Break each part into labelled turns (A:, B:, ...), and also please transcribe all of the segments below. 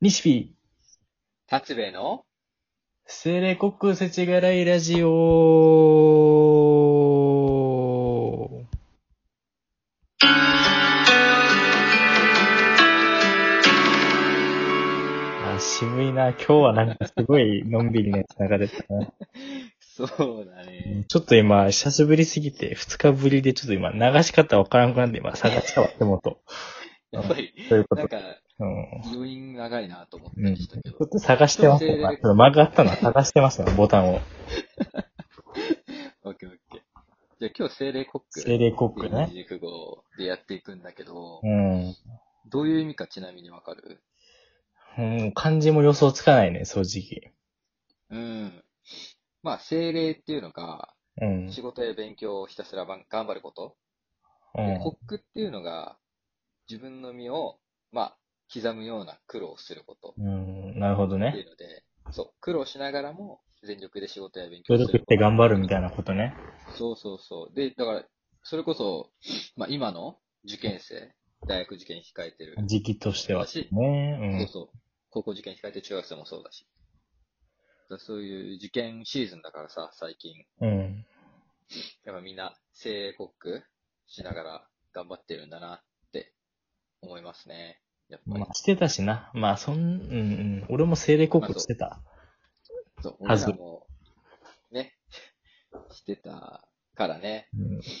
A: 西フィ、
B: 立兵衛の
A: セレコックせちがらいラジオ。あ、渋いな。今日はなんかすごいのんびりね、流れてたな。
B: そうだね。
A: ちょっと今、久しぶりすぎて、二日ぶりでちょっと今、流し方わからんくなって今、探したわ、手元。
B: やっぱり、
A: というこ
B: なん
A: と。
B: か、
A: うん。
B: 余韻長いなと思って
A: うん。
B: ま
A: ち
B: したけど
A: ょ。っと探してます。今ちょっと曲がったのは探してますわ、ボタンを。
B: オッケーオッケー。じゃあ今日精霊コック。
A: 精霊コックね
B: 二十九号でやっていくんだけど、
A: うん。
B: どういう意味かちなみにわかる
A: うん、漢字も予想つかないね、正直。
B: うん。まあ、精霊っていうのが、
A: うん。
B: 仕事や勉強をひたすらばん頑張ること。
A: う
B: で
A: ん。
B: コックっていうのが、自分の身を、まあ、刻むような苦労をすること。
A: うん、なるほど
B: ってい
A: ね。
B: うので、そう、苦労しながらも全力で仕事や勉強
A: 協
B: をす
A: 力
B: る
A: して頑張るみたいなことね。
B: そうそうそう。で、だから、それこそ、まあ今の受験生、大学受験控えてる。
A: 時期としては。
B: 私そう
A: ね
B: そう。高校受験控えてる中学生もそうだし。だからそういう受験シーズンだからさ、最近。
A: うん。うん。
B: やっぱみんな、精鋭コックしながら頑張ってるんだなって思いますね。やっぱり
A: ま。あ、してたしな。まあ、そん、うん、うん。俺も精霊国してた。
B: そう、
A: は
B: 俺
A: ず
B: らも、ね、してたからね。
A: うん。そ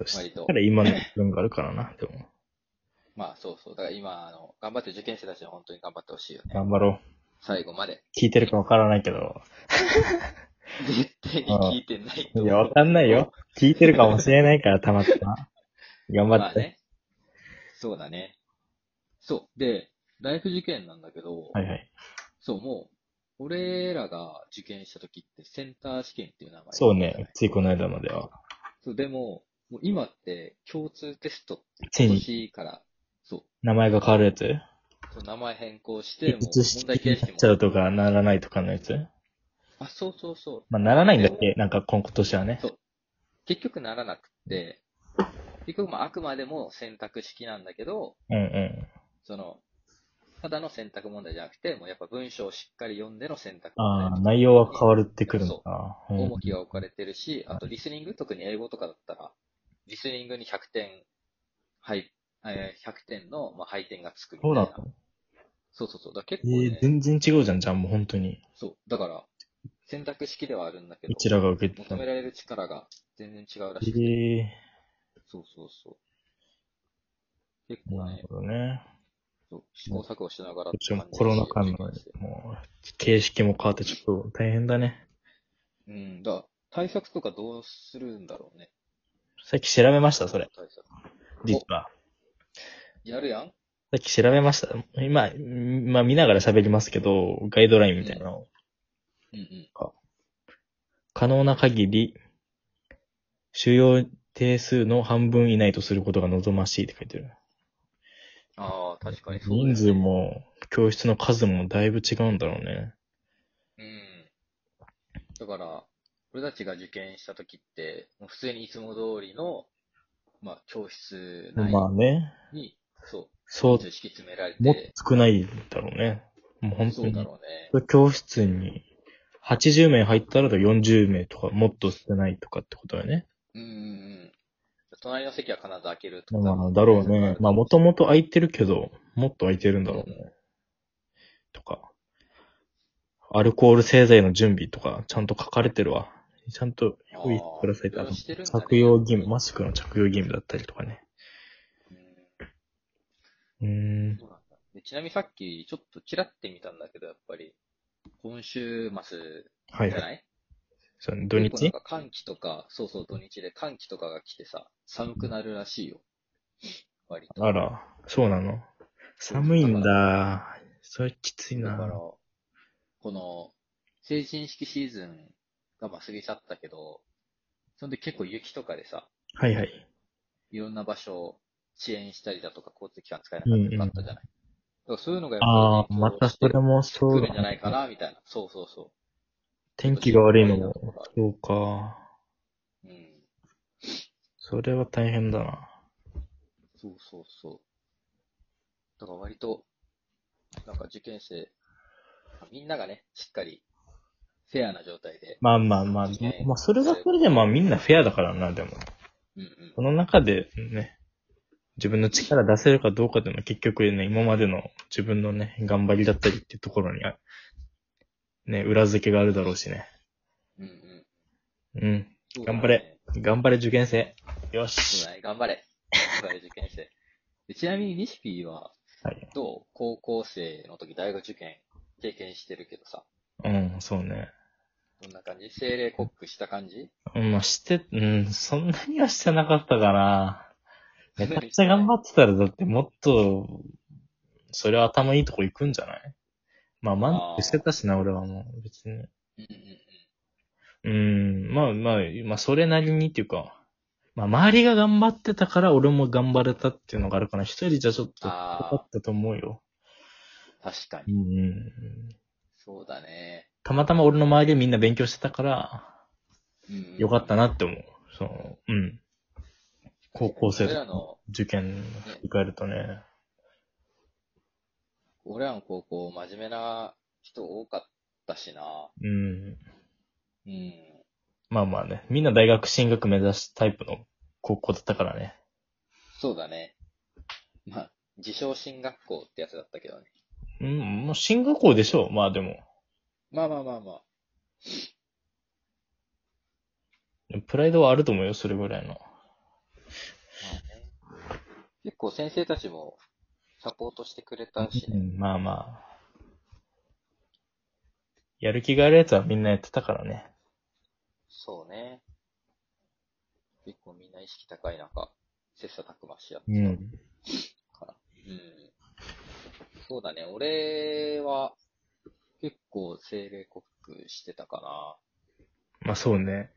B: 割
A: した
B: と
A: ら今の分があるからな、でも。
B: まあそうそう。だから今、あの、頑張ってる受験生たちは本当に頑張ってほしいよね。
A: 頑張ろ
B: 最後まで。
A: う。聞いてるかわからないけど。
B: 絶対に聞いてないと
A: い
B: 思う。
A: や、わかんないよ。聞いてるかもしれないから、たまたま。頑張
B: まあ
A: って。
B: ね。そうだね。そう。で、大学受験なんだけど、
A: はいはい。
B: そう、もう、俺らが受験した時ってセンター試験っていう名前。
A: そうね。。ついこの間までは。
B: そう、でも、もう今って共通テストって
A: つい
B: 今
A: に
B: 年から、そう、
A: 名前が変わるやつ
B: そう名前変更して、もう
A: 移し
B: 問題
A: て
B: 形
A: っ
B: 式
A: ちゃ
B: も。
A: うとか、ならないとかのやつ
B: あ、そうそうそう。
A: まあ、ならないんだっけなんか、今年はね。
B: 結局ならなくって、結局まああくまでも選択式なんだけど、
A: うんうん。
B: その、ただの選択問題じゃなくて、もうやっぱ文章をしっかり読んでの選択問
A: ああ、
B: 題。
A: 内容は変わるってくるのか。うん
B: 重きが置かれてるし、あとリスニング、特に英語とかだったら、リスニングに100点、はい、えー100点の、まあ、配点がつくみた
A: そ
B: いう
A: だ
B: な。
A: った
B: そうそうそう。だから
A: え
B: 結構、ね
A: ー全然違うじゃん、じゃあもう本当に。
B: そう。だから、選択式ではあるんだけど
A: う、ちらが受けてた
B: 求
A: の。
B: め
A: え
B: られる力が全然違うらしくて、
A: ー、
B: そうそうそう。結構
A: な
B: ね
A: る、ほどね。
B: そう試行錯誤しながら
A: ど
B: って
A: うしても
B: 感じだし
A: コロナ禍の、もう、形式も変わってちょっと大変だね。
B: うん、だから対策とかどうするんだろうね。
A: さっき調べました、それ。
B: 対策。
A: 実は。
B: やるやん
A: さっき調べました。今、んまあ見ながら喋りますけど、ガイドラインみたいなのを
B: うんうん。
A: 可能な限り、収容定数の半分以内とすることが望ましいって書いてる。
B: ああ、確かにそうだよね
A: 人数。も、教室の数もだいぶ違うんだろうね。
B: うん。だから、俺たちが受験した時って、もう普通にいつも通りの、まあ、教室内
A: まあね、
B: に、そ、
A: そうう、
B: 敷き詰められ、
A: もってと少ないだろうね。もう本当
B: そうだ
A: に。
B: ろうね。
A: 教室に80名入ったら40名とかもっと少ないとかってことだよね。
B: うんうんうん。隣の席は必ず開けると
A: ま
B: か。
A: あ、だろうね。まあ、もともと空いてるけど、もっと空いてるんだろうね。とか。アルコール製剤の準備とか、ちゃんと書かれてるわ。ちゃんと
B: あー、
A: 用意してください
B: いろいろしてるんだね
A: 着用義務、マスクの着用義務だったりとかね。
B: う
A: う
B: ん
A: ーん。
B: そうなんだでちなみにさっきちょっとちらって見たんだけど、やっぱり、今週末
A: は
B: じ
A: い
B: ゃ
A: は
B: ない
A: い。、そうね、土
B: 結構なん
A: 日
B: か寒気とか、そうそう土日で寒気とかが来てさ、寒くなるらしいよ。割と。
A: あら、そうなの。寒いんだ。それきつい
B: だ
A: な
B: か。ら、この、成人式シーズンがまあ過ぎ去ったけど、そんで結構雪とかでさ、
A: はいはい。
B: いろんな場所を遅延したりだとか、交通機関使えなかったとかあったじゃない。だからそういうのがやっ
A: ああ、
B: り
A: またそれもそ
B: 来
A: う
B: るんじゃ
A: だ
B: ないかな、みたいな。そうそうそう。
A: 天気が悪いのも、そうか。
B: うん。
A: それは大変だな。
B: そうそうそう。だから割と、なんか受験生、みんながね、しっかり、フェアな状態で、
A: まあまあまあ、
B: ね
A: まあそれはそれでまあみんなフェアだからな、でも。
B: うんうん
A: そ。の中でね、自分の力出せるかどうかっていうのは結局ね、今までの自分のね、頑張りだったりっていうところには、ね、裏付けがあるだろうしね。
B: うんうん
A: うん。
B: そうだね。
A: 頑張れ頑張れ受験生。よ
B: そう
A: し。
B: だね、頑張れ。頑張れ、受験生。でちなみに、西シピーは、
A: はい。
B: どう高校生の時、大学受験、経験してるけどさ、
A: うん、そうね。
B: どんな感じ精霊コックした感じ
A: うん、まあ、して、うん、そんなにはしてなかったかな。めちゃくちゃ頑張ってたら、だってもっと、それは頭いいとこ行くんじゃないまあ、満足してたしな、俺はもう、別に。
B: うんうんうん。
A: うん、まあまあ、まあ、それなりにっていうか、まあ、周りが頑張ってたから、俺も頑張れたっていうのがあるかな。一人じゃちょっと、
B: あ
A: か
B: ー
A: ったと思うよ。
B: 確か
A: う
B: に。
A: んうん。
B: そうだね。
A: たまたま俺の周りでみんな勉強してたから、
B: うんうん
A: よかったなって思う。その、うん。高校生
B: 俺らの、
A: 受験振り返るとね。
B: 俺らの高校、真面目な人多かったしな。
A: うん。
B: うん。
A: まあまあね。みんな大学進学目指すタイプの高校だったからね。
B: そうだね。まあ、自称進学校ってやつだったけどね。
A: うん、もう進学校でしょまあでも。
B: まあまあまあまあ。
A: プライドはあると思うよ、それぐらいの。
B: まあね結構先生たちもサポートしてくれたし
A: う
B: ね。
A: ん、まあまあ。やる気があるやつはみんなやってたからね。
B: そうね。結構みんな意識高い中、切磋琢磨し合って
A: うん。
B: たから。うん。そうだね。俺は結構精霊克服してたか
A: まあそうね。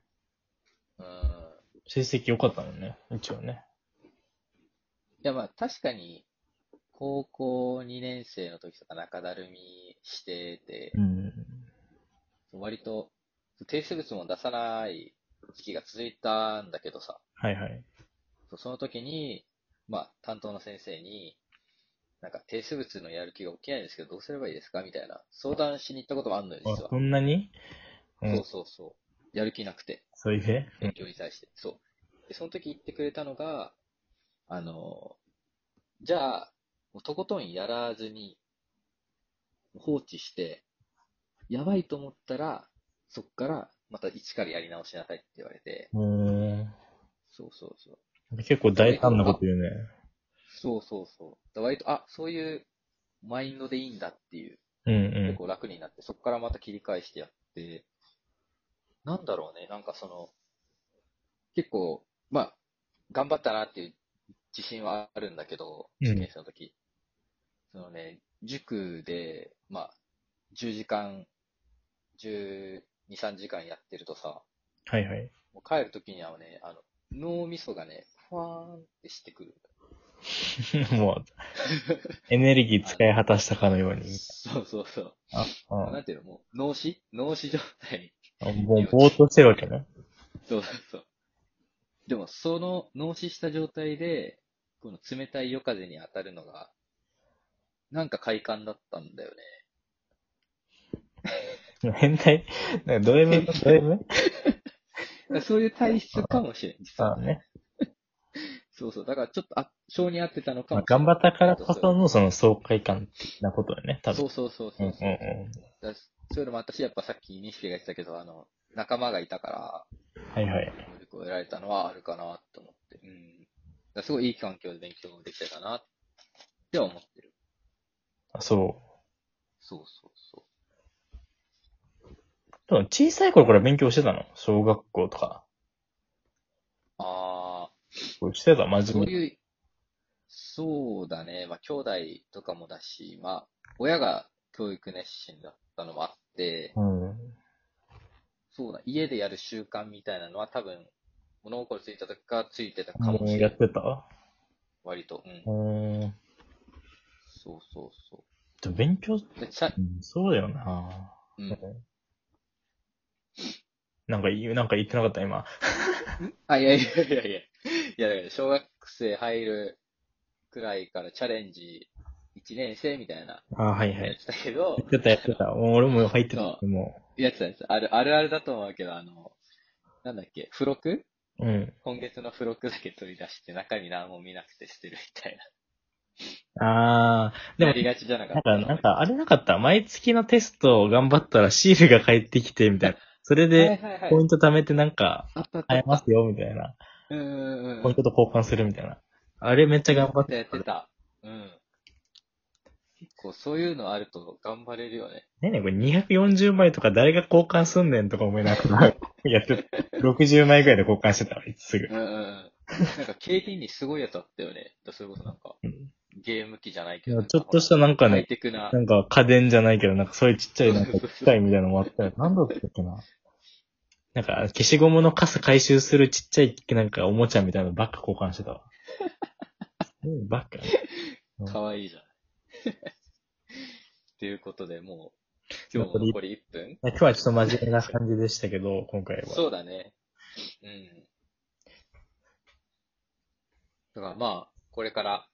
B: な。うん。
A: 成績良かったのね。一応ね。
B: いやまあ確かに、高校2年生の時とか中だるみしてて、
A: うん。
B: 割と提出物も出さない時期が続いたんだけどさ、
A: はいはい。
B: そうその時に、まあ担当の先生に、なんか提出物のやる気が起きないんですけど、どうすればいいですかみたいな相談しに行ったこともあんのよ、
A: あ
B: 実は
A: そ。んなにう。
B: そうんそうそう。やる気なくて。
A: そういうね。うん
B: 勉強に対して。そう。で、その時言ってくれたのが、あの、じゃあ、もうとことんやらずに、放置して、やばいと思ったら、そっから、また一からやり直しなさいって言われて、
A: う
B: そうそうそう。
A: ーん。結構大胆なこと言うね。
B: そうそうそう。だ割と、あ、そういうマインドでいいんだっていう、
A: うん
B: 結構楽になって、そこからまた切り返してやって、なんだろうね、なんかその、結構、まあ、頑張ったなっていう自信はあるんだけど、
A: うん
B: 受験生の時。そのね、塾で、まあ、10時間、12、3時間やってるとさ、
A: うん。はい はい。
B: もう帰る時にはね、あの、脳みそがね、ふわーんってしてくる。
A: もう、エネルギー使い果たしたかのように。
B: そうそうそう。
A: あ、
B: な
A: あ
B: んていうの、もう、脳死脳死状態に
A: あもうぼーっとしてるわけね。
B: そうそうそう。でも、その脳死した状態で、この冷たい夜風に当たるのが、なんか快感だったんだよね。
A: 変態なんかド M? ド M?
B: だからそういう体質かもしれん、実
A: あ
B: は。
A: あね。
B: そうそう。だからちょっと、あ、性に合ってたのか
A: まあ
B: もしれな
A: 頑
B: い。
A: 張ったからこそのその爽快感的なことだよね、多
B: そ
A: 分。
B: うそうそう
A: う
B: そ
A: ん
B: う
A: う
B: そう。
A: んう
B: だからそういうのも私、やっぱさっき西木が言ってたけど、あの、仲間がいたから、
A: ん。はいはい。
B: 能力を得られたのはあるかなと思って。うん。だからすごいいい環境で勉強できてたな、って思ってる。
A: あそ
B: そうそうそう。
A: う。でも小さい頃から勉強してたの小学校とか。
B: あー、
A: こうしてた真
B: そう
A: 面目に。
B: いう、そうだね。まあ、兄弟とかもだし、まあ、親が教育熱心だったのもあって、
A: うん。
B: そうだ、家でやる習慣みたいなのは多分、物心ついた時からついてたか
A: も
B: もし
A: う
B: れ
A: や
B: な
A: っ。
B: い
A: てた
B: 割と。うん
A: う。ーん。
B: そうそうそ
A: でも勉強、
B: う。でちゃ
A: うんそうだよな。
B: うん。
A: なんか言う、なんか言ってなかった今。
B: あ、いやいやいやいや。いや、だから小学生入るくらいからチャレンジ1年生みたいな、
A: あはいは
B: や
A: い。
B: つだけど
A: やっ、てたやってた。もう俺も入ってた。も
B: やつだやつ、ある、あるあるだと思うけど、あの、なんだっけ、付録
A: う。うん。
B: 今月の付録だけ取り出して、中身何も見なくて捨てるみたい
A: あー、で
B: な。や
A: も
B: りがちじゃなか
A: な
B: っ
A: ん
B: た。
A: か、なんか、あれなかった毎月のテストを頑張ったらシールが返ってきて、みたいな。それ
B: はい
A: で、
B: はいはい
A: ポイント貯めてなんか、
B: あったあったあ
A: 買
B: っ
A: えますよ、みたいな。
B: た。うんうんうん。
A: ポイントと交換するみたいな。あれめっちゃ頑張って
B: やってた。うん。結構そういうのあると頑張れるよね。
A: ねえねえ、これ240枚とか誰が交換すんねんとか思いなが ら、やってた、60枚ぐらいで交換してたわ、いつすぐ
B: う。んうんうん。なんか景品にすごいやつあったよね。それこそなんか
A: うん、
B: ゲーム機じゃないけ
A: ち
B: ど
A: ょ
B: な
A: っ
B: んかほら。
A: としたなんか
B: ハイ
A: ね、
B: テクな
A: な。んか家電じゃないけど、なんかそういうちっちゃいなんか機械みたいなのもあったよ。なんだったっけな。なんか消しゴムのカス回収するちっちゃいなんかおもちゃみたいなのばっか交換してた わ。うんばっか。
B: かわいいじゃん。 ということで、もう、今
A: 今
B: 日も残り1分
A: 日はちょっと真面目な感じでしたけど、今回は。
B: そうだね。うん。だからまあ、これから、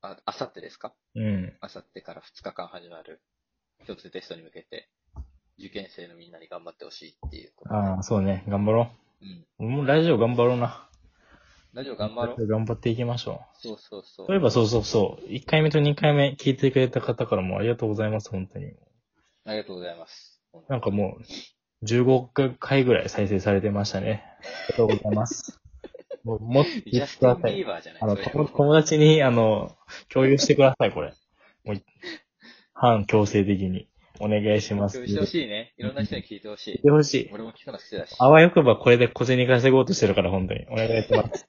B: あ、あさってですか
A: うん。
B: あさってから2日間始まる、一つテストに向けて、受験生のみんなに頑張ってほしいっていうこと。
A: ああ、そうね。頑張ろ
B: うん。
A: う。もうラジオ頑張ろうな。
B: ラジオ頑張ろう。
A: 頑張っていきましょう。
B: そうそうそう。
A: そういえばそうそうそう。1回目と2回目聞いてくれた方からもありがとうございます、本当に。
B: ありがとうございます。
A: なんかもう、15回ぐらい再生されてましたね。ありがとうござい ます。もうもっと
B: ジ
A: 言
B: ャ
A: って
B: ス
A: く
B: ティ
A: だ
B: ン・
A: さ
B: ビ
A: い
B: ー。バーじゃない
A: あの、
B: それ
A: 友友達に、あの、共有してください、これ。もう、反強制的に。お願いします。
B: 共有してほ
A: 聞
B: しいね。いろんな人に聞いてほし
A: い
B: い。
A: てほしい。
B: 俺も聞くの好きだし。
A: あわよくばこれで小銭稼ごうとしてるから、本当に。お願いします。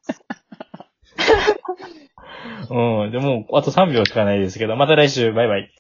A: うん。でも、あと3秒しかないですけど、また来週、バイバイ。